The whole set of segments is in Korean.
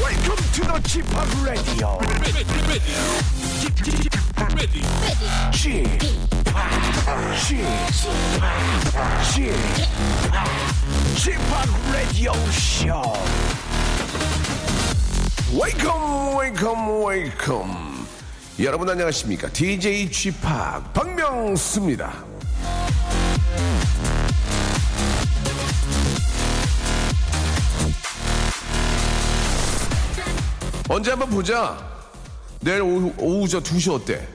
Welcome to the Chip Radio. ready, ready, ready, ready. Chip, Chip, Chip, Chip Radio Show. Welcome, welcome, welcome. 여러분 안녕하십니까? DJ Chip 박명수입니다. 언제 한번 보자. 내일 오후, 오후 저 2시 어때?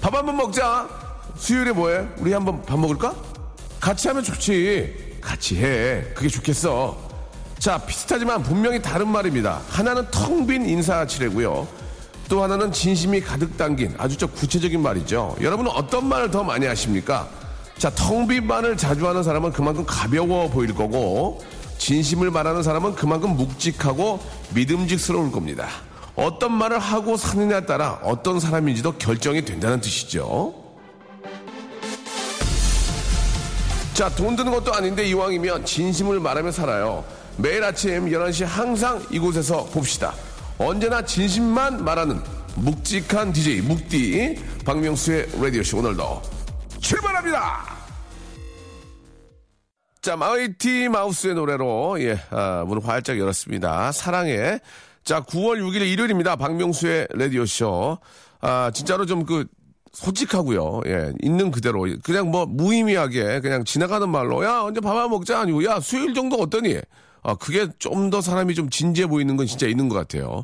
밥 한번 먹자. 수요일에 뭐해? 우리 한번 밥 먹을까? 같이 하면 좋지. 같이 해. 그게 좋겠어. 자, 비슷하지만 분명히 다른 말입니다. 하나는 텅 빈 인사치레고요. 또 하나는 진심이 가득 담긴 아주 저 구체적인 말이죠. 여러분은 어떤 말을 더 많이 하십니까? 자, 텅 빈 말을 자주 하는 사람은 그만큼 가벼워 보일 거고, 진심을 말하는 사람은 그만큼 묵직하고 믿음직스러울 겁니다. 어떤 말을 하고 사느냐에 따라 어떤 사람인지도 결정이 된다는 뜻이죠. 자, 돈 드는 것도 아닌데 이왕이면 진심을 말하며 살아요. 매일 아침 11시 항상 이곳에서 봅시다. 언제나 진심만 말하는 묵직한 DJ 묵디 박명수의 라디오쇼 오늘도 출발합니다. 자, 마이티 마우스의 노래로, 예, 아, 문을 활짝 열었습니다. 사랑해. 자, 9월 6일 일요일입니다. 박명수의 라디오쇼. 아, 진짜로 좀 그, 솔직하고요. 예, 있는 그대로. 그냥 뭐, 무의미하게, 그냥 지나가는 말로, 야, 언제 밥 한 먹자? 아니고, 야, 수요일 정도 어떠니? 아, 그게 좀 더 사람이 좀 진지해 보이는 건 진짜 있는 것 같아요.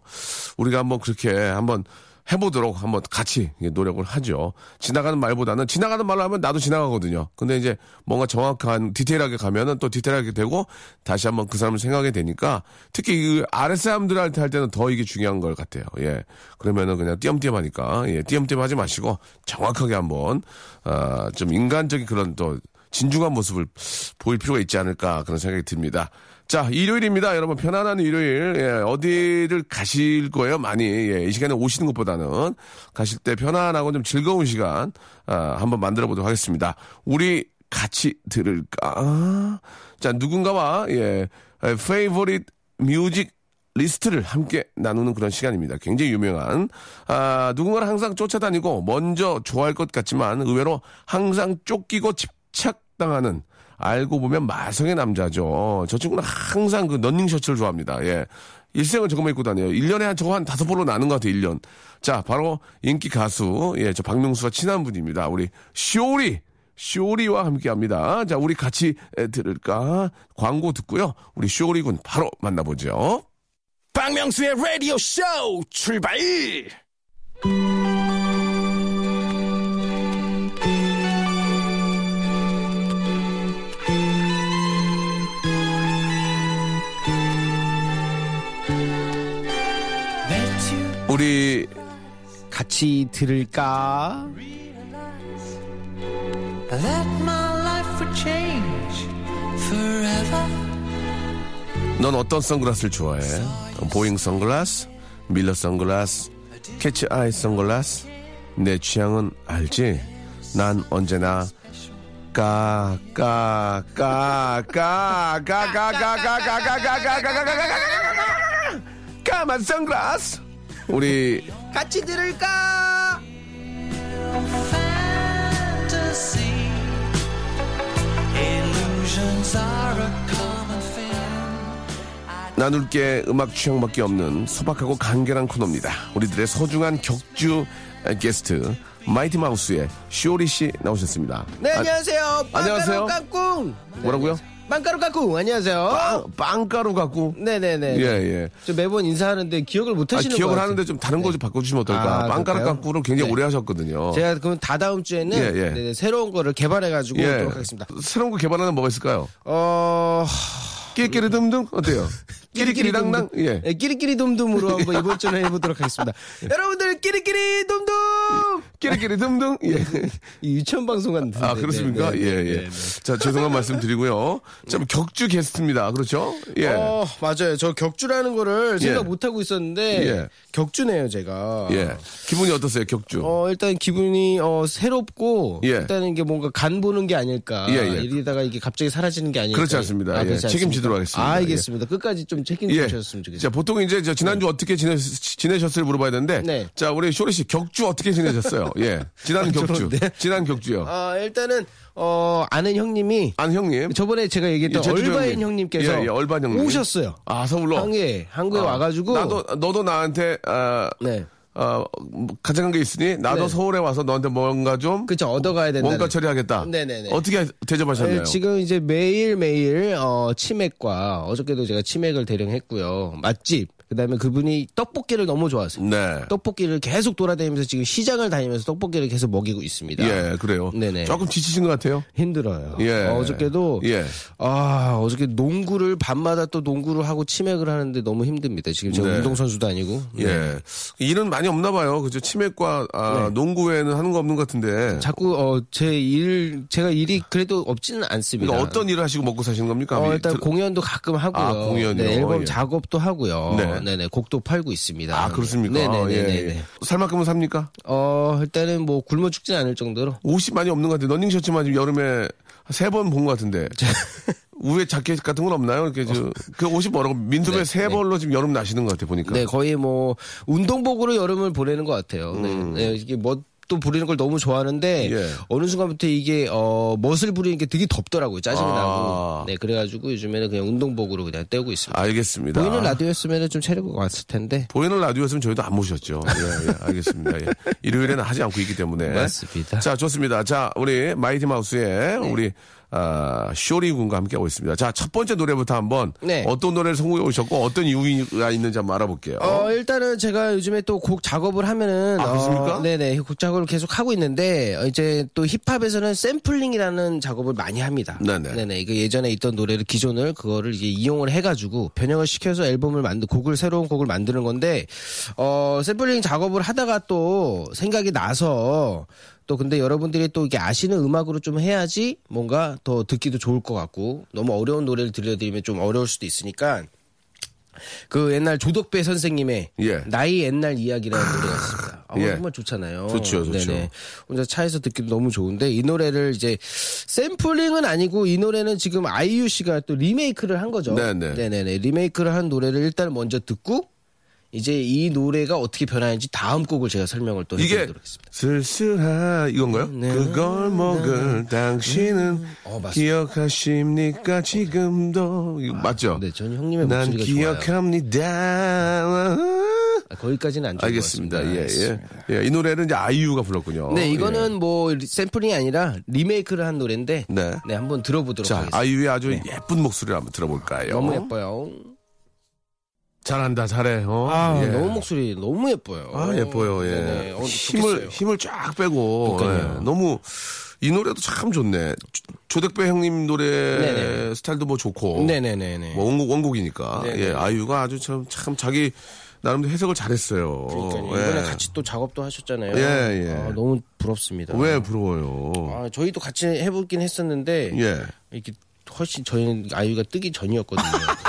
우리가 한번 그렇게 한번 해보도록 한번 같이 노력을 하죠. 지나가는 말보다는 지나가는 말로 하면 나도 지나가거든요. 근데 이제 뭔가 정확한 디테일하게 가면은 또 디테일하게 되고 다시 한번 그 사람을 생각하게 되니까 특히 그 아래 사람들한테 할 때는 더 이게 중요한 걸 같아요. 예. 그러면은 그냥 띄엄띄엄 하니까 예. 띄엄띄엄 하지 마시고 정확하게 한번 아, 좀 인간적인 그런 또 진중한 모습을 보일 필요가 있지 않을까 그런 생각이 듭니다. 자, 일요일입니다. 여러분, 편안한 일요일. 예, 어디를 가실 거예요, 많이. 예, 이 시간에 오시는 것보다는 가실 때 편안하고 좀 즐거운 시간, 아, 한번 만들어 보도록 하겠습니다. 우리 같이 들을까? 자, 누군가와, 예, favorite music 리스트를 함께 나누는 그런 시간입니다. 굉장히 유명한 아, 누군가를 항상 쫓아다니고 먼저 좋아할 것 같지만 의외로 항상 쫓기고 집착당하는 알고 보면 마성의 남자죠. 저 친구는 항상 그 런닝 셔츠를 좋아합니다. 예. 일생을 저거만 입고 다녀요. 1년에 한 저거 한 다섯 번으로 나는 것 같아요, 1년. 자, 바로 인기 가수. 예, 저 박명수가 친한 분입니다. 우리 쇼리. 쇼리와 함께 합니다. 자, 우리 같이 에, 들을까? 광고 듣고요. 우리 쇼리 군 바로 만나보죠. 박명수의 라디오 쇼 출발! 우리 같이 들을까? that my life would change forever. 넌 어떤 선글라스를 좋아해? 보잉 선글라스, 밀러 선글라스, 캐치 아이 선글라스. 내 취향은 알지? 난 언제나 까 까 까 까 까 까 까 까 까 까 까 까 까 까 까 까만 선글라스. 우리 같이 들을까? Fantasy. Illusions are a common thing. 나눌 게 음악 취향밖에 없는 소박하고 간결한 코너입니다. 우리들의 소중한 격주 게스트 마이티 마우스의 쇼리 씨 나오셨습니다. 네, 아, 안녕하세요. 안녕하세요. 빵가루 깍꿍. 네, 뭐라고요? 빵가루 깍꿍. 안녕하세요. 빵, 빵가루 갖고. 네네네. 예, 예. 저 매번 인사하는데 기억을 못 아, 음, 하시는 것 기억을 같아요. 하는데 좀 다른 거 좀 바꿔주시면 어떨까. 아, 빵가루 그럴까요? 갖고를 굉장히 네. 오래 하셨거든요. 제가 그럼 다다음 주에는 예, 예. 네네, 새로운 거를 개발해가지고 예. 오도록 하겠습니다. 새로운 거 개발하는 뭐가 있을까요? 어, 끼리끼리 듬듬? 어때요? 끼리끼리 당당? 돔- 예. 예, 끼리끼리 돔돔으로 한번 이번 주는 해보도록 하겠습니다. 여러분들 끼리끼리 돔돔. 끼리끼리 듬듬? 예. 이 유치원 방송 같은데. 아, 그렇습니까? 네, 네. 예, 예. 자, 죄송한 말씀 드리고요. 참 격주 게스트입니다. 그렇죠? 예. 어 맞아요. 저 격주라는 거를 생각 예. 못 하고 있었는데 예. 격주네요 제가. 예. 기분이 어떠세요, 격주? 어 일단 기분이 어 새롭고 예. 일단은 이게 뭔가 간 보는 게 아닐까. 예, 예. 이러다가 이게 갑자기 사라지는 게 아닐까. 그렇지 않습니다. 아, 예. 그렇지 않습니까? 아, 책임지도록 드리도록 하겠습니다. 알겠습니다. 끝까지 좀 예. 책임지셨으면 예. 좋겠어요. 자, 보통 이제 저 지난주 어떻게 지내, 지내셨을 물어봐야 되는데. 네. 아, 자, 우리 쇼리 씨 격주 어떻게 지내셨어요? 예. 지난 격주. 저런데? 지난 격주요. 아, 일단은 어, 아는 형님이 안 형님. 저번에 제가 얘기했던 예, 제주도 얼바인 형님. 형님. 께서 예, 예, 얼바인 형님. 오셨어요. 아, 서울로. 한국에 한국에 아, 와가지고 나도, 너도 나한테, 아, 네. 어, 뭐, 가져간 게 있으니 나도 네. 서울에 와서 너한테 뭔가 좀 그쵸 얻어가야 된다. 원가 처리하겠다. 네네네. 네, 어떻게 대접하셨나요? 지금 이제 매일 매일 어, 치맥과 어저께도 제가 치맥을 대령했고요. 맛집 그다음에 그분이 떡볶이를 너무 좋아하세요. 네. 떡볶이를 계속 돌아다니면서 지금 시장을 다니면서 떡볶이를 계속 먹이고 있습니다. 예, 그래요. 네네. 조금 지치신 것 같아요. 힘들어요. 예. 어, 어저께도 예. 아 어저께 농구를 밤마다 또 농구를 하고 치맥을 하는데 너무 힘듭니다. 지금 제가 네. 운동 선수도 아니고 예. 일은 많이 없나 봐요. 그죠? 치맥과 아, 네. 농구 외에는 하는 거 없는 것 같은데. 자꾸 어, 제 일 제가 일이 그래도 없지는 않습니다. 그러니까 어떤 일을 하시고 먹고 사시는 겁니까? 네. 어, 이- 일단 들- 공연도 가끔 하고요. 아, 공연이요? 네, 앨범 예. 작업도 하고요. 네. 네. 네 곡도 팔고 있습니다. 아, 그렇습니까? 네네네. 예, 예. 살 만큼은 삽니까? 어, 일단은 뭐 굶어 죽진 않을 정도로. 옷이 많이 없는 것 같은데. 러닝 셔츠만 지금 여름에 세 번 본 것 같은데. 우에 자켓 같은 건 없나요? 이렇게 저, 그 옷이 뭐라고 민소매 네, 세 네. 벌로 지금 여름 나시는 것 같아 보니까. 네, 거의 뭐 운동복으로 여름을 보내는 것 같아요. 네. 네, 이게 멋 도 부리는 걸 너무 좋아하는데 음. 예. 어느 순간부터 이게 어 멋을 부리는 게 되게 덥더라고요 짜증이 아. 나고 네 그래가지고 요즘에는 그냥 운동복으로 그냥 떼고 있습니다 알겠습니다. 보이는 라디오였으면 좀 체력이 왔을 텐데 보이는 라디오였으면 저희도 안 모셨죠. 예, 예, 알겠습니다. 예. 일요일에는 하지 않고 있기 때문에. 맞습니다. 네. 자, 좋습니다. 자, 우리 마이티 마우스의 우리 아, 쇼리 군과 함께하고 있습니다. 자, 첫 번째 노래부터 한번 네. 어떤 노래를 선곡해 오셨고 어떤 이유가 있는지 한번 알아볼게요. 어, 일단은 제가 요즘에 또 곡 작업을 하면은. 아, 그렇습니까? 어, 네네. 곡 작업을 계속 하고 있는데, 어, 이제 또 힙합에서는 샘플링이라는 작업을 많이 합니다. 네네. 그 예전에 있던 노래를 기존을 그거를 이제 이용을 해가지고 변형을 시켜서 앨범을 만든 곡을, 새로운 곡을 만드는 건데, 어, 샘플링 작업을 하다가 또 생각이 나서, 또 근데 여러분들이 또 이게 아시는 음악으로 좀 해야지 뭔가 더 듣기도 좋을 것 같고 너무 어려운 노래를 들려드리면 좀 어려울 수도 있으니까 그 옛날 조덕배 선생님의 예. 나이 옛날 이야기라는 노래가 있습니다. 아, 예. 정말 좋잖아요. 좋죠, 좋죠. 혼자 차에서 듣기도 너무 좋은데 이 노래를 이제 샘플링은 아니고 이 노래는 지금 아이유 씨가 또 리메이크를 한 거죠. 네네. 네네네. 리메이크를 한 노래를 일단 먼저 듣고 이제 이 노래가 어떻게 변하는지 다음 곡을 제가 설명을 또 이게 해드리도록 하겠습니다. 쓸쓸한 이건가요? 네. 그걸 먹을 당신은 어, 맞습니다. 기억하십니까 지금도 이거 맞죠? 네, 저는 형님의 난 목소리가 좋아요. 기억합니다. 아, 거기까지는 안 좋은 알겠습니다. 것 예, 같습니다. 예. 어, 예, 이 노래는 이제 아이유가 불렀군요. 예. 네, 이거는 뭐 리- 샘플링이 아니라 리메이크를 한 노래인데 네. 네, 한번 들어보도록 자, 하겠습니다. 아이유의 아주 예쁜 목소리를 한번 들어볼까요? 네. 너무 예뻐요. 잘한다, 잘해. 어? 아, 예. 너무 목소리 너무 예뻐요. 아, 예뻐요. 예. 네네. 어, 힘을 좋겠어요. 힘을 쫙 빼고 그러니까요. 예, 너무 이 노래도 참 좋네. 조- 조덕배 형님 노래 네네. 스타일도 뭐 좋고. 네네네네. 뭐 원곡 원곡이니까. 네네. 예, 아이유가 아주 참 참 자기 나름대로 해석을 잘했어요. 그러니까요. 예. 이번에 같이 또 작업도 하셨잖아요. 예, 예. 아, 너무 부럽습니다. 왜 부러워요? 아, 네. 저희도 같이 해보긴 했었는데 예. 이렇게 훨씬 저희는 아이유가 뜨기 전이었거든요.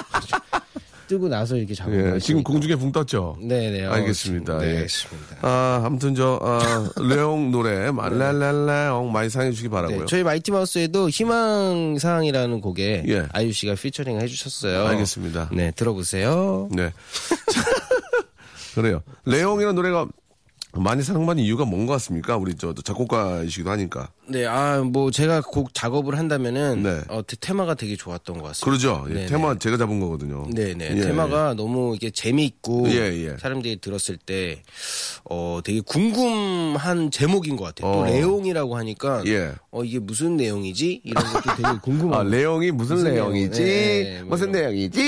뜨고 나서 이렇게 작업을 예, 지금 했으니까. 공중에 붕 떴죠? 네네. 어, 알겠습니다. 네, 예. 알겠습니다. 아, 아무튼 저, 아, 레옹 노래, 말랄랄라옹 많이 사랑해주시기 네, 바라고요 저희 마이티마우스에도 희망사항이라는 곡에 예. 아이유 씨가 피처링 해주셨어요. 알겠습니다. 네, 들어보세요. 네. 자, 그래요. 레옹이라는 노래가 많이 사랑받는 이유가 뭔 것 같습니까? 우리 저 작곡가이시기도 하니까. 네, 아, 뭐 제가 곡 작업을 한다면은 네. 어, 테- 테마가 되게 좋았던 것 같습니다. 그러죠? 예, 네네. 테마 제가 잡은 거거든요. 네네. 예, 테마가 너무 이게 재미있고 예, 예. 사람들이 들었을 때 어, 되게 궁금한 제목인 것 같아요. 또 어. 레옹이라고 하니까 예. 어, 이게 무슨 내용이지? 이런 것도 되게 궁금한 아, 레옹이 무슨, 무슨 레옹이지? 레옹? 네, 뭐 무슨 이런. 레옹이지?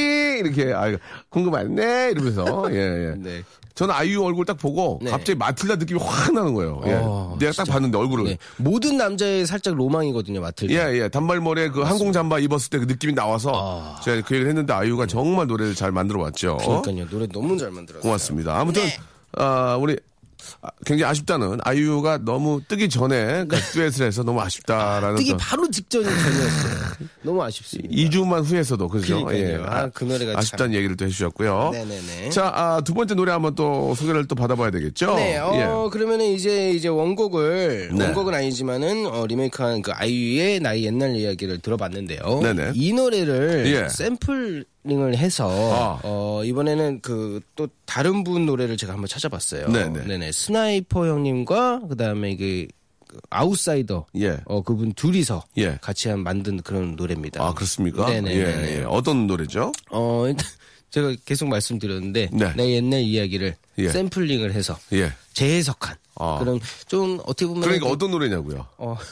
이렇게, 아, 궁금하네? 이러면서, 예, 예. 네. 저는 아이유 얼굴 딱 보고 네. 갑자기 마틸다 느낌이 확 나는 거예요. 예. 어, 내가 딱 봤는데 얼굴을. 네. 모든 남자의 살짝 로망이거든요, 마틸다. 예, 예. 단발머리에 그 항공 잠바 입었을 때 그 느낌이 나와서 제가 그 얘기를 했는데 아이유가 정말 노래를 잘 만들어 왔죠. 아. 그러니까요. 노래 너무 잘 만들었어요. 고맙습니다. 아무튼, 네. 아, 우리 아, 굉장히 아쉽다는 아이유가 너무 뜨기 전에 그 듀엣을 해서 너무 아쉽다라는 네. 뜨기 어떤- 바로 직전이 전이었어요. 너무 아쉽습니다. 2주만 후에서도 그죠? 예. 그러니까요. 아, 그 노래가 참. 아쉽다는 얘기를 또 해주셨고요. 네네네. 자, 아, 두 번째 노래 한번 또 소개를 또 받아봐야 되겠죠? 예. 네, 어, 그러면은 이제 이제 원곡을 네. 원곡은 아니지만은 어, 리메이크한 그 아이유의 나의 옛날 이야기를 들어봤는데요. 네네. 이 노래를 예. 샘플링을 해서 아. 어, 이번에는 그 또 다른 분 노래를 제가 한번 찾아봤어요. 네네. 네네. 스나이퍼 형님과 그다음에 그 아웃사이더 예. 어 그분 둘이서 예. 같이 한 만든 그런 노래입니다. 아, 그렇습니까? 네네. 예, 예. 어떤 노래죠? 어 일단 제가 계속 말씀드렸는데 네. 내 옛날 이야기를 예. 샘플링을 해서 예. 재해석한 아. 그런 좀 어떻게 보면 그러니까 어떤 노래냐고요? 어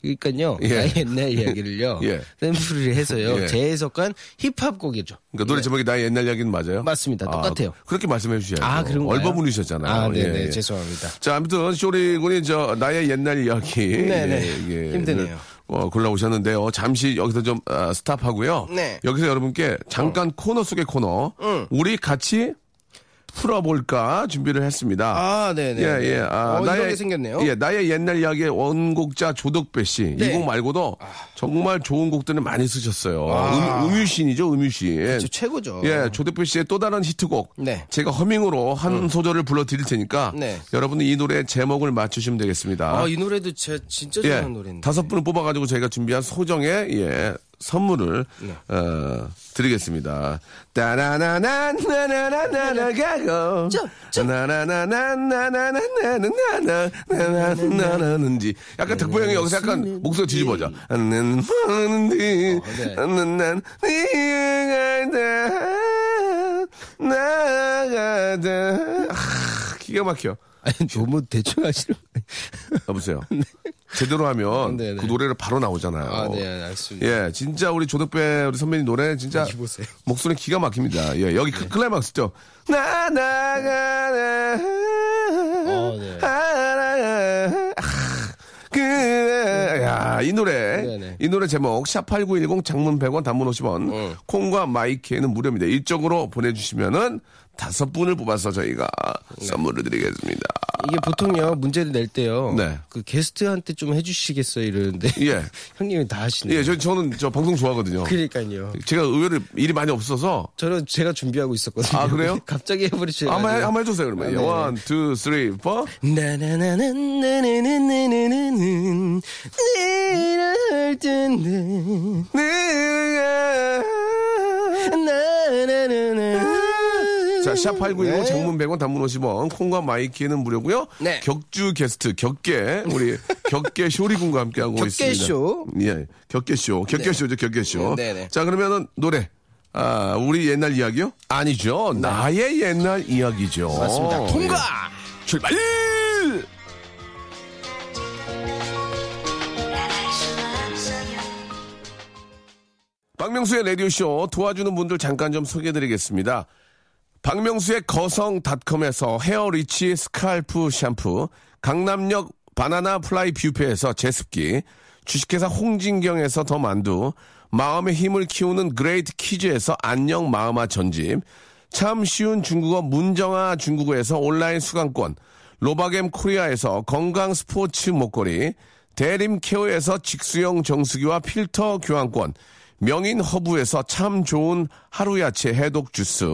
그러니까요 예. 나의 옛날 이야기를요 예. 샘플을 해서요 예. 재해석한 힙합 곡이죠. 그러니까 노래 제목이 나의 옛날 이야기는 맞아요? 네. 맞습니다. 아, 똑같아요. 그렇게 말씀해 주셔야죠. 아 그런가요? 예. 얼버무리셨잖아요. 아 예, 네네 예. 죄송합니다. 자, 아무튼 쇼리 군이 저 나의 옛날 이야기 네네. 예, 예. 힘드네요. 어, 골라오셨는데요. 잠시 여기서 좀 아, 스탑하고요. 네. 어. 음. 여기서 여러분께 잠깐 코너 속의 코너 우리 같이 풀어볼까 준비를 했습니다. 아 네네. 예, 예. 아, 어, 이런 게 생겼네요. 예, 나의 옛날 이야기의 원곡자 조덕배 씨. 네. 이 곡 말고도 정말 좋은 곡들을 많이 쓰셨어요. 아. 음, 유신이죠 음유신. 저 최고죠. 예, 조대표 씨의 또 다른 히트곡. 네. 음. 제가 허밍으로 한 소절을 불러드릴 테니까 네. 어, 여러분은 이 노래 제목을 맞추시면 되겠습니다. 아이 노래도 제 진짜 예, 좋아하는 노래인데. 다섯 분을 뽑아가지고 저희가 준비한 소정의 예, 선물을 어, 드리겠습니다. 따나나나나나나나나가고 나나나나나나나나나나나나나나는지 약간 덕보 형이 여기서 약간 목소리 뒤집어져. 나가다 아, 기가 막혀. 아니 너무 대충 하시는. 여보세요. 제대로 하면 네, 네. 그 노래를 바로 나오잖아요. 아네 알겠습니다. 예, 진짜 우리 조덕배 우리 선배님 노래 진짜 보세요. 네. 목소리 기가 막힙니다. 예, 여기 클- 클라이막스죠. 나나가네. 어, 네. 하나가- 아, 그래. 야, 이 노래. 네, 네. 이 노래 제목 샵8910 장문 100원 단문 50원. 어. 콩과 마이키에는 무료입니다. 이쪽으로 보내 주시면은 다섯 분을 뽑아서 저희가 네. 선물을 드리겠습니다. 이게 보통요 문제를 낼 때요. 네. 그 게스트한테 좀 해주시겠어요 이러는데. 예. 형님이 다 하시네요. 예, 저, 저는 저 방송 좋아하거든요. 그러니까요. 제가 의외로 일이 많이 없어서 저는 제가 준비하고 있었거든요. 아, 그래요? 갑자기 해버리시고. 한번 해- 한번 해주세요 그러면. 예, 아, 네. 원, 투, 쓰리, 포. 나나나나나나나나나나나 이럴 텐데 네. 나나나나 자, 샵 8910 네. 장문 100원 단문 50원 콩과 마이키는 무료고요. 네. 격주 게스트 격계 우리 격계 쇼리 군과 함께 하고 있습니다. 격계쇼. 예. 격계쇼. 격계쇼죠, 격계쇼. 네, 네. 자, 그러면은 노래 아, 우리 옛날 이야기요? 아니죠. 네. 나의 옛날 이야기죠. 맞습니다. 통과! 출발! 박명수의 라디오쇼 도와주는 분들 잠깐 좀 소개해드리겠습니다. 박명수의 거성닷컴에서 헤어리치 스칼프 샴푸, 강남역 바나나 플라이 뷰페에서 제습기, 주식회사 홍진경에서 더 만두, 마음의 힘을 키우는 그레이트 키즈에서 안녕 마음아 전집, 참 쉬운 중국어 문정아 중국어에서 온라인 수강권, 로바겜 코리아에서 건강 스포츠 목걸이, 대림 케어에서 직수형 정수기와 필터 교환권, 명인 허브에서 참 좋은 하루야채 해독 주스,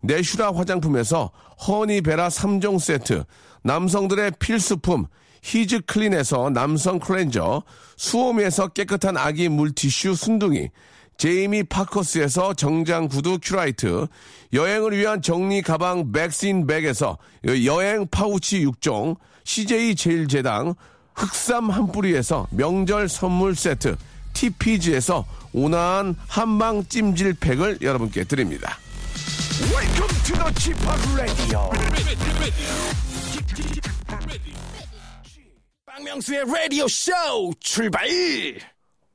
내슈라 화장품에서 허니베라 3종 세트, 남성들의 필수품 히즈 클린에서 남성 클렌저, 수오미에서 깨끗한 아기 물티슈 순둥이, 제이미 파커스에서 정장 구두 큐라이트, 여행을 위한 정리 가방 백스인 백에서 여행 파우치 6종, CJ 제일제당, 흑삼 한 뿌리에서 명절 선물 세트, TPG에서 온화한 한방 찜질팩을 여러분께 드립니다. Welcome to the Chip Radio. ready. 박명수의 Radio Show 출발.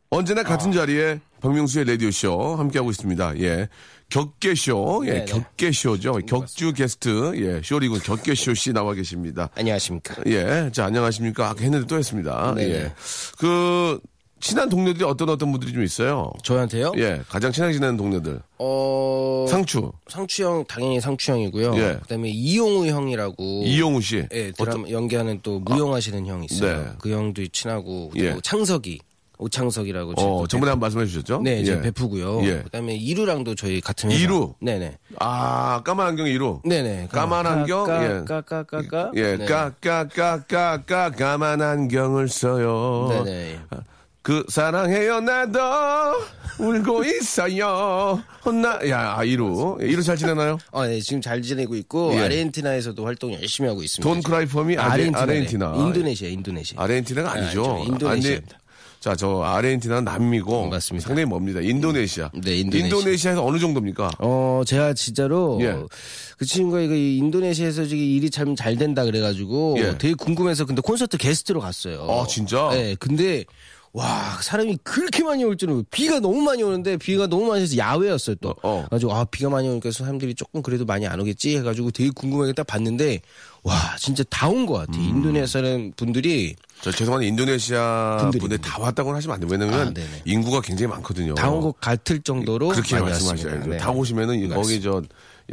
언제나 같은 자리에 박명수의 라디오쇼 함께하고 있습니다. 예. 격개쇼, 예, 네네. 격개쇼죠. 격주 게스트, 예, 쇼리군 격개쇼 씨 나와 계십니다. 안녕하십니까 예, 자, 안녕하십니까. 아까 했는데 또 했습니다. 네네. 예. 그, 친한 동료들이 어떤 어떤 분들이 좀 있어요? 저한테요? 예, 가장 친하게 지내는 동료들. 어... 상추, 상추 형 당연히 상추 형이고요 예. 그다음에 이용우 형이라고 이용우 씨. 예, 드라마 연기하는 또 무용하시는 형 있어요. 네. 그 형도 친하고 예. 또 창석이 오창석이라고 저희 어, 또 저번에 한 번 말씀해 주셨죠? 네, 예. 이제 베프고요. 예. 그다음에 이루랑도 저희 같은 회사. 이루? 네네. 아, 까만 안경 1호. 네네. 그 까만 안경? 예. 까까까까. 예, 까까까까까 까만 안경을 써요. 네네. 그 사랑해요 나도 울고 있어요 혼나 야 아, 이루 이루 잘 지내나요? 어, 네, 지금 잘 지내고 있고 예. 아르헨티나에서도 활동 열심히 하고 있습니다. 돈 크라이펌이 아르- 아르헨티나. 아르헨티나. 인도네시아, 인도네시아. 아르헨티나가 아, 아니죠. 아니죠. 인도네시아입니다. 자저 아르헨티나는 남미고 맞습니다. 상당히 멉니다. 인도네시아. 네, 인도네시아. 에서 어느 정도입니까? 어, 제가 진짜로 예. 그 친구가 이거 이 인도네시아에서 지금 일이 참 잘 된다 그래가지고 예. 되게 궁금해서 근데 콘서트 게스트로 갔어요. 아, 진짜? 네, 근데 와 사람이 그렇게 많이 올 줄은 비가 너무 많이 오는데 비가 너무 많이 와서 야외였어요 또. 어, 어. 가지고 아 비가 많이 오니까 사람들이 조금 그래도 많이 안 오겠지 해가지고 되게 궁금하게 딱 봤는데 와 진짜 다 온 것 음. 같아. 요 인도네시아 분들이 저 죄송한데 인도네시아 분들이, 분들 다 왔다고는 하시면 안 돼요. 왜냐면 아, 네네. 인구가 굉장히 많거든요. 다 온 것 같을 정도로 어. 그렇게 많이 왔습니다. 말씀하셔야죠. 네. 다 오시면은 거기 저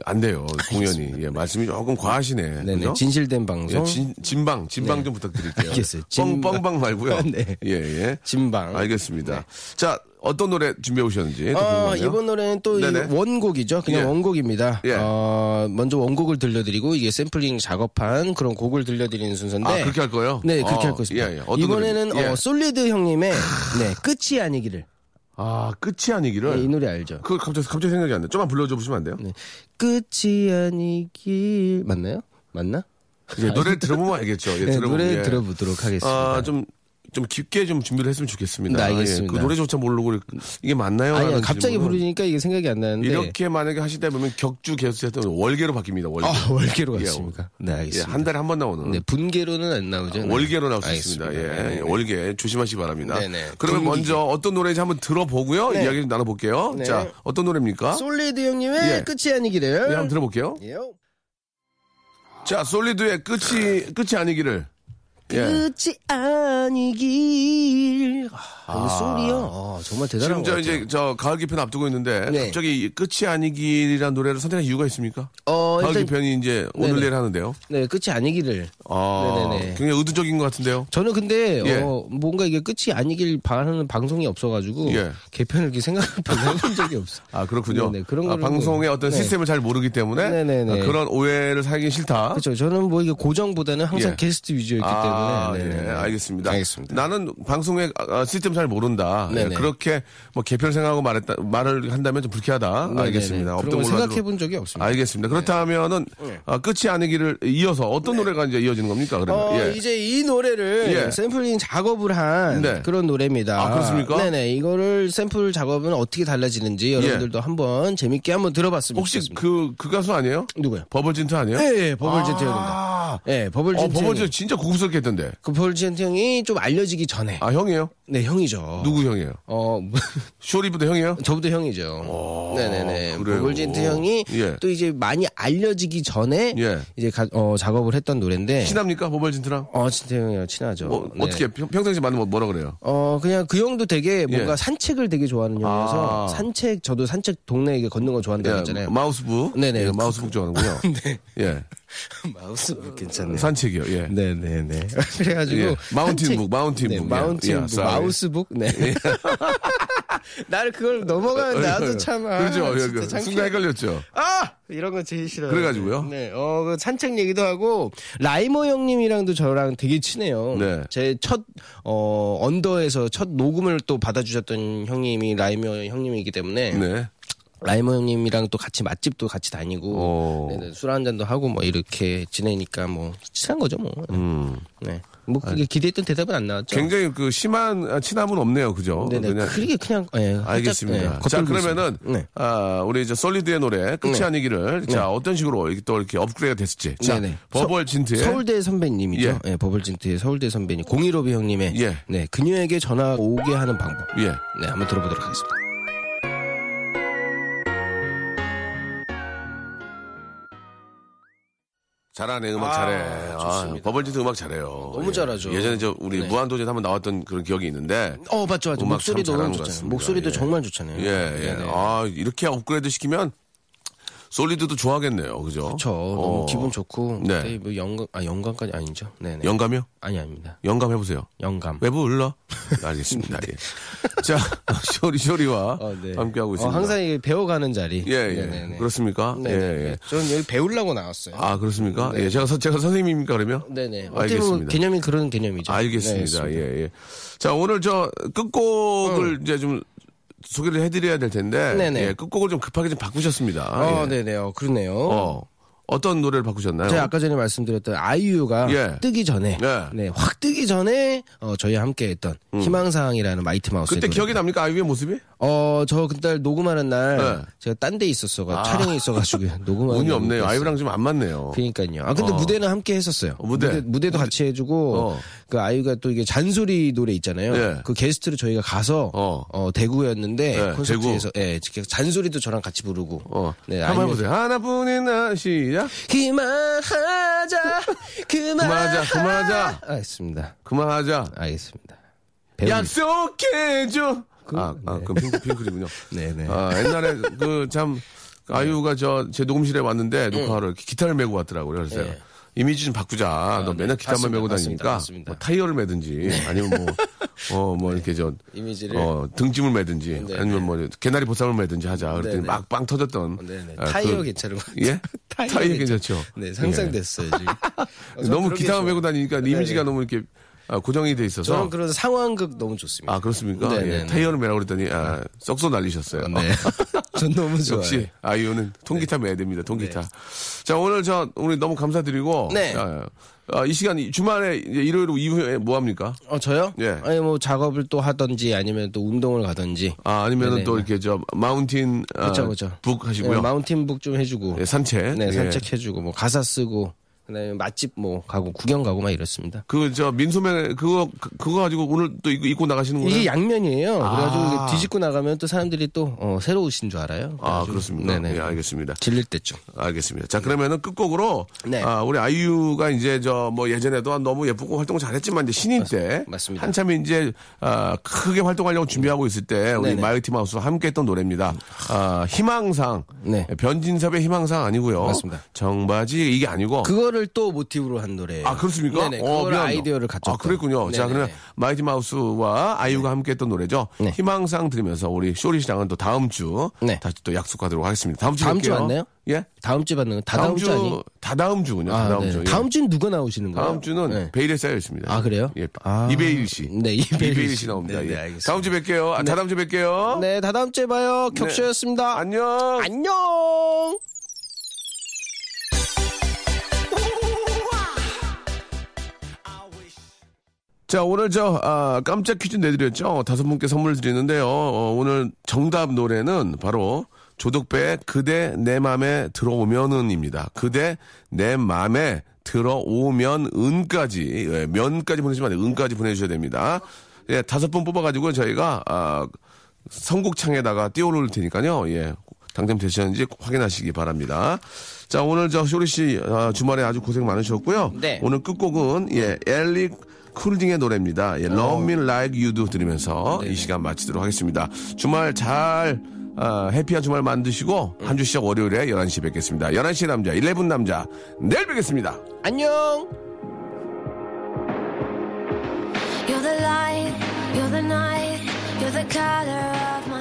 안 돼요. 공연이 예, 말씀이 조금 과하시네. 네. 네네 그죠? 진실된 방송 예, 진, 진방, 진방 좀 부탁드릴게요. 알겠어요. 뻥, 진방. 뻥방 말고요. 네. 예, 예. 진방. 알겠습니다. 자, 어떤 노래 준비해 오셨는지. 또 어, 궁금하네요. 네. 이번 노래는 또이 네네. 원곡이죠. 그냥 예. 원곡입니다. 예. 어, 먼저 원곡을 들려드리고 이게 샘플링 작업한 그런 곡을 들려드리는 순서인데. 아, 그렇게 할 거예요? 네, 그렇게 어, 할 것입니다. 예, 예. 어떤 이번에는 노래입니까? 어, 예. 솔리드 형님의 네, 끝이 아니기를 아, 끝이 네, 아니기를. 이 노래 알죠? 그 갑자기 갑자기 생각이 안 나. 좀만 불러줘 보시면 안 돼요? 네. 끝이 아니길 맞나요? 맞나? 예, 노래 들어보면 알겠죠. 예, 네, 들어보면, 노래 예. 들어보도록 하겠습니다. 아, 좀, 좀 깊게 좀 준비를 했으면 좋겠습니다. 네, 알겠습니다. 예, 그 노래조차 모르고 이게 맞나요? 아니 라는 갑자기 네. 질문은 부르니까 이게 생각이 안 나는데 이렇게 만약에 하시다 보면 격주 개수 했던 월계로 바뀝니다. 월계. 아, 월계로 예, 갔습니까? 네, 예, 알겠습니다. 한 달에 한 번 나오는. 네, 분계로는 안 나오죠. 네. 월계로 나올 수 있습니다. 예, 알겠습니다. 네, 네. 월계 조심하시기 바랍니다. 네네. 그러면 분위기. 먼저 어떤 노래인지 한번 들어보고요. 네. 이야기 좀 나눠볼게요. 네. 자, 어떤 노래입니까? 솔리드 형님의 예. 끝이 네, 아니기를. 한번 들어볼게요. 예요. 자, 솔리드의 끝이 끝이 아니기를. 예. 끝이 아니길. 아, 너무 소리요. 아, 정말 대단한 지금 거 저 같아요. 이제 저 가을 개편 앞두고 있는데 네. 갑자기 이 끝이 아니기라는 노래를 선택한 이유가 있습니까? 어, 가을 일단 개편이 이제 오늘 네네. 내일 하는데요. 네, 끝이 아니기를. 아, 네네네. 굉장히 의도적인 것 같은데요. 저는 근데 예. 어, 뭔가 이게 끝이 아니길 바라는 방송이 없어가지고 예. 개편을 이렇게 생각을 별로 해본 적이 없어. 아 그렇군요. 네네, 그런 아, 걸로 방송의 어떤 네. 시스템을 잘 모르기 때문에 네네네. 아, 그런 오해를 사기 싫다. 그렇죠. 저는 뭐 이게 고정보다는 항상 어? 예. 게스트 위주였기 아, 때문에. 예, 네네네. 알겠습니다. 알겠습니다. 나는 방송의 아, 시스템 잘 모른다. 예, 네네. 그렇게 뭐 개편 생각하고 말했다 말을 한다면 좀 불쾌하다. 네네네. 알겠습니다. 그런 없던 걸 걸로 생각해 하도록- 본 적이 없습니다. 음. 알겠습니다. 그렇다면은 네. 아, 끝이 아니기를 이어서 어떤 노래가 이제 이어지는 겁니까? 그러면 어, 예. 이제 이 노래를 예. 샘플링 작업을 한 네. 그런 노래입니다. 아, 그렇습니까? 예. 네네. 이거를 샘플 작업은 어떻게 달라지는지 여러분들도 한번 재밌게 한번 들어봤으면 혹시 좋겠습니다. 그, 그 가수 아니에요? 누구요? 버벌진트 아니에요? 예, 예, 버벌젠트 형입니다. 아, 예, 버벌젠트. 어, 버벌진트 형이- 진짜 고급스럽게 했던데. 그 버벌젠트 형이 좀 알려지기 전에. 아, 형이에요? 네, 형이죠. 누구 형이에요? 어, 쇼리브도 형이에요? 저보다 형이죠. 네네네. 어, 그래요? 버벌젠트 형이 예. 또 이제 많이 알려지기 전에 예. 이제 가- 어, 작업을 했던 노래인데. 친합니까? 버벌진트랑? 어, 진태 형이랑 친하죠. 어, 네. 어떻게 평- 평상시 만나면 뭐라 그래요? 어 그냥 그 형도 되게 뭔가 예. 산책을 되게 좋아하는 형이어서 아. 산책 저도 산책 동네 이게 걷는 거 좋아한다고 예, 했잖아요. 마우스북. 네네. 예, 마우스북 좋아하는군요. 예. 마우스 뭐 괜찮네요. 산책이요. 예. 네네네. 그래가지고 예. 마운틴북, 산책- 마운틴북. 네, 예. 예, 마운틴북, sorry. 마우스북. 네. 나를 그걸 넘어가면 나도 참 아, 그렇죠. 예, 진짜 그 창피해. 순간 헷갈렸죠. 아 이런 거 제일 싫어요. 그래가지고요? 네, 어그 산책 얘기도 하고 라이머 형님이랑도 저랑 되게 친해요. 네. 제첫어 언더에서 첫 녹음을 또 받아주셨던 형님이 라이머 형님이기 때문에 네. 라이머 형님이랑 또 같이 맛집도 같이 다니고 오. 네네, 술 한잔도 하고 뭐 이렇게 지내니까 뭐 친한 거죠 뭐. 네. 뭐 그게 기대했던 대답은 안 음. 나왔죠. 아. 굉장히 그 심한 아, 친함은 없네요. 그죠? 네네. 그냥 그게 그냥 예, 살짝, 예, 알겠습니다. 자, 겉돌고 그러면은, 있습니다. 네. 아, 우리 이제 솔리드의 노래, 끝이 네. 아니기를, 자, 어떤 식으로 이렇게 또 이렇게 업그레이드가 됐을지. 자, 네네. 버벌진트의. 서울대 선배님이죠. 예. 예, 버벌진트의 서울대 선배님 공일오비 형님의 예. 네 그녀에게 전화 오게 하는 방법. 예. 네 한번 들어보도록 하겠습니다. 잘하네, 음악 아, 잘해. 아, 좋습니다. 버벌진트 음악 잘해요. 너무 예. 잘하죠. 예전에 저 우리 네. 무한도전에 한번 나왔던 그런 기억이 있는데, 어 맞죠 맞죠 음악 목소리도 참 잘하는 것 너무 좋잖아요. 네, 같습니다. 목소리도 예. 정말 좋잖아요. 예, 예. 네네. 아, 이렇게 업그레이드 시키면 솔리드도 좋아하겠네요. 그죠? 저 너무 어. 기분 좋고 네. 그때 뭐 영감 아 영감까지 아니죠. 네네. 영감이요? 아니 아닙니다. 영감 해보세요. 영감. 외부 을러? 알겠습니다. 예. 자, 쇼리 쇼리와 어, 네. 함께하고 어, 있습니다. 항상 이게 배워가는 자리. 예, 예. 그렇습니까? 네, 예, 네. 예. 저는 여기 배우려고 나왔어요. 아, 그렇습니까? 예, 제가, 서- 제가 선생님입니까, 그러면? 네. 네네. 어떻게 보면 알겠습니다. 개념이 그런 개념이죠. 알겠습니다. 네, 예, 예. 자, 오늘 저 끝곡을 이제 좀 소개를 해드려야 될 텐데. 음. 네네. 예, 끝곡을 좀 급하게 좀 바꾸셨습니다. 어, 예. 네네. 어, 그러네요. 어, 어떤 노래를 바꾸셨나요? 제가 아까 전에 말씀드렸던 아이유가 예. 뜨기 전에 예. 음. 네, 확 뜨기 전에 어, 저희와 함께했던 희망사항이라는 마이트 마우스 그때 기억이 납니까? 아이유의 모습이? 어저 그때 녹음하는 날 네. 제가 딴 데 있었어 가 촬영이 있어가지고 녹음하는 아. 운이 날 없네요. 못했어요. 아이유랑 좀 안 맞네요. 그러니까요. 아 근데 어. 무대는 함께 했었어요. 어, 무대. 무대 도 같이 해주고 어. 그 아이유가 또 이게 잔소리 노래 있잖아요. 예. 그 게스트로 저희가 가서 어. 어, 대구였는데 예, 콘서트에서 예, 이렇게 잔소리도 저랑 같이 부르고. 어. 네, 한번 아니면- 해보세요. 하나뿐인 나, 시작. 그만하자. 그만하자. 그만하자, 그만하자. 알겠습니다. 그만하자. 알겠습니다. 약속해줘. 아, 아, 네. 그 핑크, 핑크군요. 네네. 아, 옛날에 그 참 아이유가 저 제 녹음실에 왔는데 네. 녹화하러 이렇게 기타를 메고 왔더라고요. 그래서 제가 이미지 좀 바꾸자. 너 맨날 기타만 아, 네. 맞습니다, 메고 맞습니다, 다니니까 맞습니다. 네. 뭐 타이어를 매든지 아니면 뭐 어, 뭐 이렇게 저 이미지를. 어, 등짐을 매든지 네, 아니면 뭐 개나리 보쌈을 매든지 하자. 그랬더니 네. 막 빵 터졌던 네네. 아, 타이어 그- 괜찮은 것 같아요. 예? 타이어, 타이어 괜찮죠. 네, 예. 상상됐어요, 지금. 어, 저는 너무 그런 게 기타만 좋아요. 메고 다니니까 이미지가 너무 이렇게 아, 고정이 돼 있어서 저는 그런 상황극 너무 좋습니다. 아 그렇습니까? 네, 예, 네, 네. 타이어를 매라고 그랬더니 아, 썩소 날리셨어요. 아, 네. 전 너무 좋아요. 역시 아이유는 통기타 매야 됩니다. 통기타. 자 오늘 저 오늘 너무 감사드리고 네. 아, 아, 이 시간 이 주말에 이제 일요일 이후에 뭐 합니까? 어 저요? 예. 아니 뭐 작업을 또 하던지 아니면 또 운동을 가던지. 아, 아니면은 네네. 또 이렇게 저 마운틴 아, 그렇죠, 그렇죠. 북 하시고요. 예, 마운틴북 좀 해주고. 예, 산책. 네, 예. 산책해주고 뭐 가사 쓰고 그다음에 맛집 뭐 가고 구경 가고 막 이렇습니다. 그 저 민소매 그거 그- 그거 가지고 오늘 또 입고, 입고 나가시는 거예요? 이게 양면이에요. 아. 그래가지고 뒤집고 나가면 또 사람들이 또 어, 새로우신 줄 알아요. 아 그래가지고 그렇습니다. 네네. 예, 알겠습니다. 질릴 때쯤. 알겠습니다. 자, 그러면은 끝곡으로 네. 아, 우리 아이유가 이제 저 뭐 예전에도 너무 예쁘고 활동을 잘했지만 이제 신인 때 맞습니다. 한참 이제 아, 크게 활동하려고 준비하고 있을 때 우리 네네. 마이티 마우스와 함께 했던 노래입니다. 아, 희망상. 예, 네. 변진섭의 희망상 아니고요. 맞습니다. 정바지 이게 아니고 그거를 또 모티브로 한 노래예요. 어. 아 그렇습니까? 네네. 어, 그걸 미안. 아이디어를 갖죠. 아 그랬군요. 자 그러면 마이티 마우스와 아이유가 함께했던 노래죠. 네. 희망상 들으면서 우리 쇼리 시장은 또 다음 주 네. 다시 또 약속하도록 하겠습니다. 다음 주 다음 주 뵐게요. 맞나요? 예. 다음 주 받는 다 다음 주 아니? 다 다음 주군요. 다 아, 다음 네. 주. 예. 다음 주는 누가 나오시는 거예요? 다음 주는 네. 베일에 쌓여 있습니다. 아, 그래요? 예, 아. 이베일 씨. 네, 이베일 이베일 씨 씨. 나옵니다. 네, 예. 네, 알겠습니다. 다음 주 뵐게요. 아, 다 다음 주 뵐게요. 네. 네, 다 다음 주에 봐요. 격쇼였습니다. 안녕. 안녕. 자, 오늘 저, 아, 깜짝 퀴즈 내드렸죠? 다섯 분께 선물 드리는데요. 어, 오늘 정답 노래는 바로 조덕배의 그대 내 맘에 들어오면은입니다. 그대 내 맘에 들어오면은까지, 예, 면까지 보내시면 안 돼요. 은까지 보내주셔야 됩니다. 예, 다섯 분 뽑아가지고 저희가, 아, 선곡창에다가 띄워놓을 테니까요. 예. 당첨되셨는지 꼭 확인하시기 바랍니다. 자, 오늘 저 쇼리 씨 아, 주말에 아주 고생 많으셨고요. 네. 오늘 끝곡은 예, 엘리 쿨딩의 노래입니다. 예, Love Me Like You Do 들으면서 이 시간 마치도록 하겠습니다. 주말 잘 아, 해피한 주말 만드시고 한 주 시작 월요일에 11시에 뵙겠습니다. 11시 남자, 11 남자 내일 뵙겠습니다. 안녕. You're the light, you're the night, you're the color of my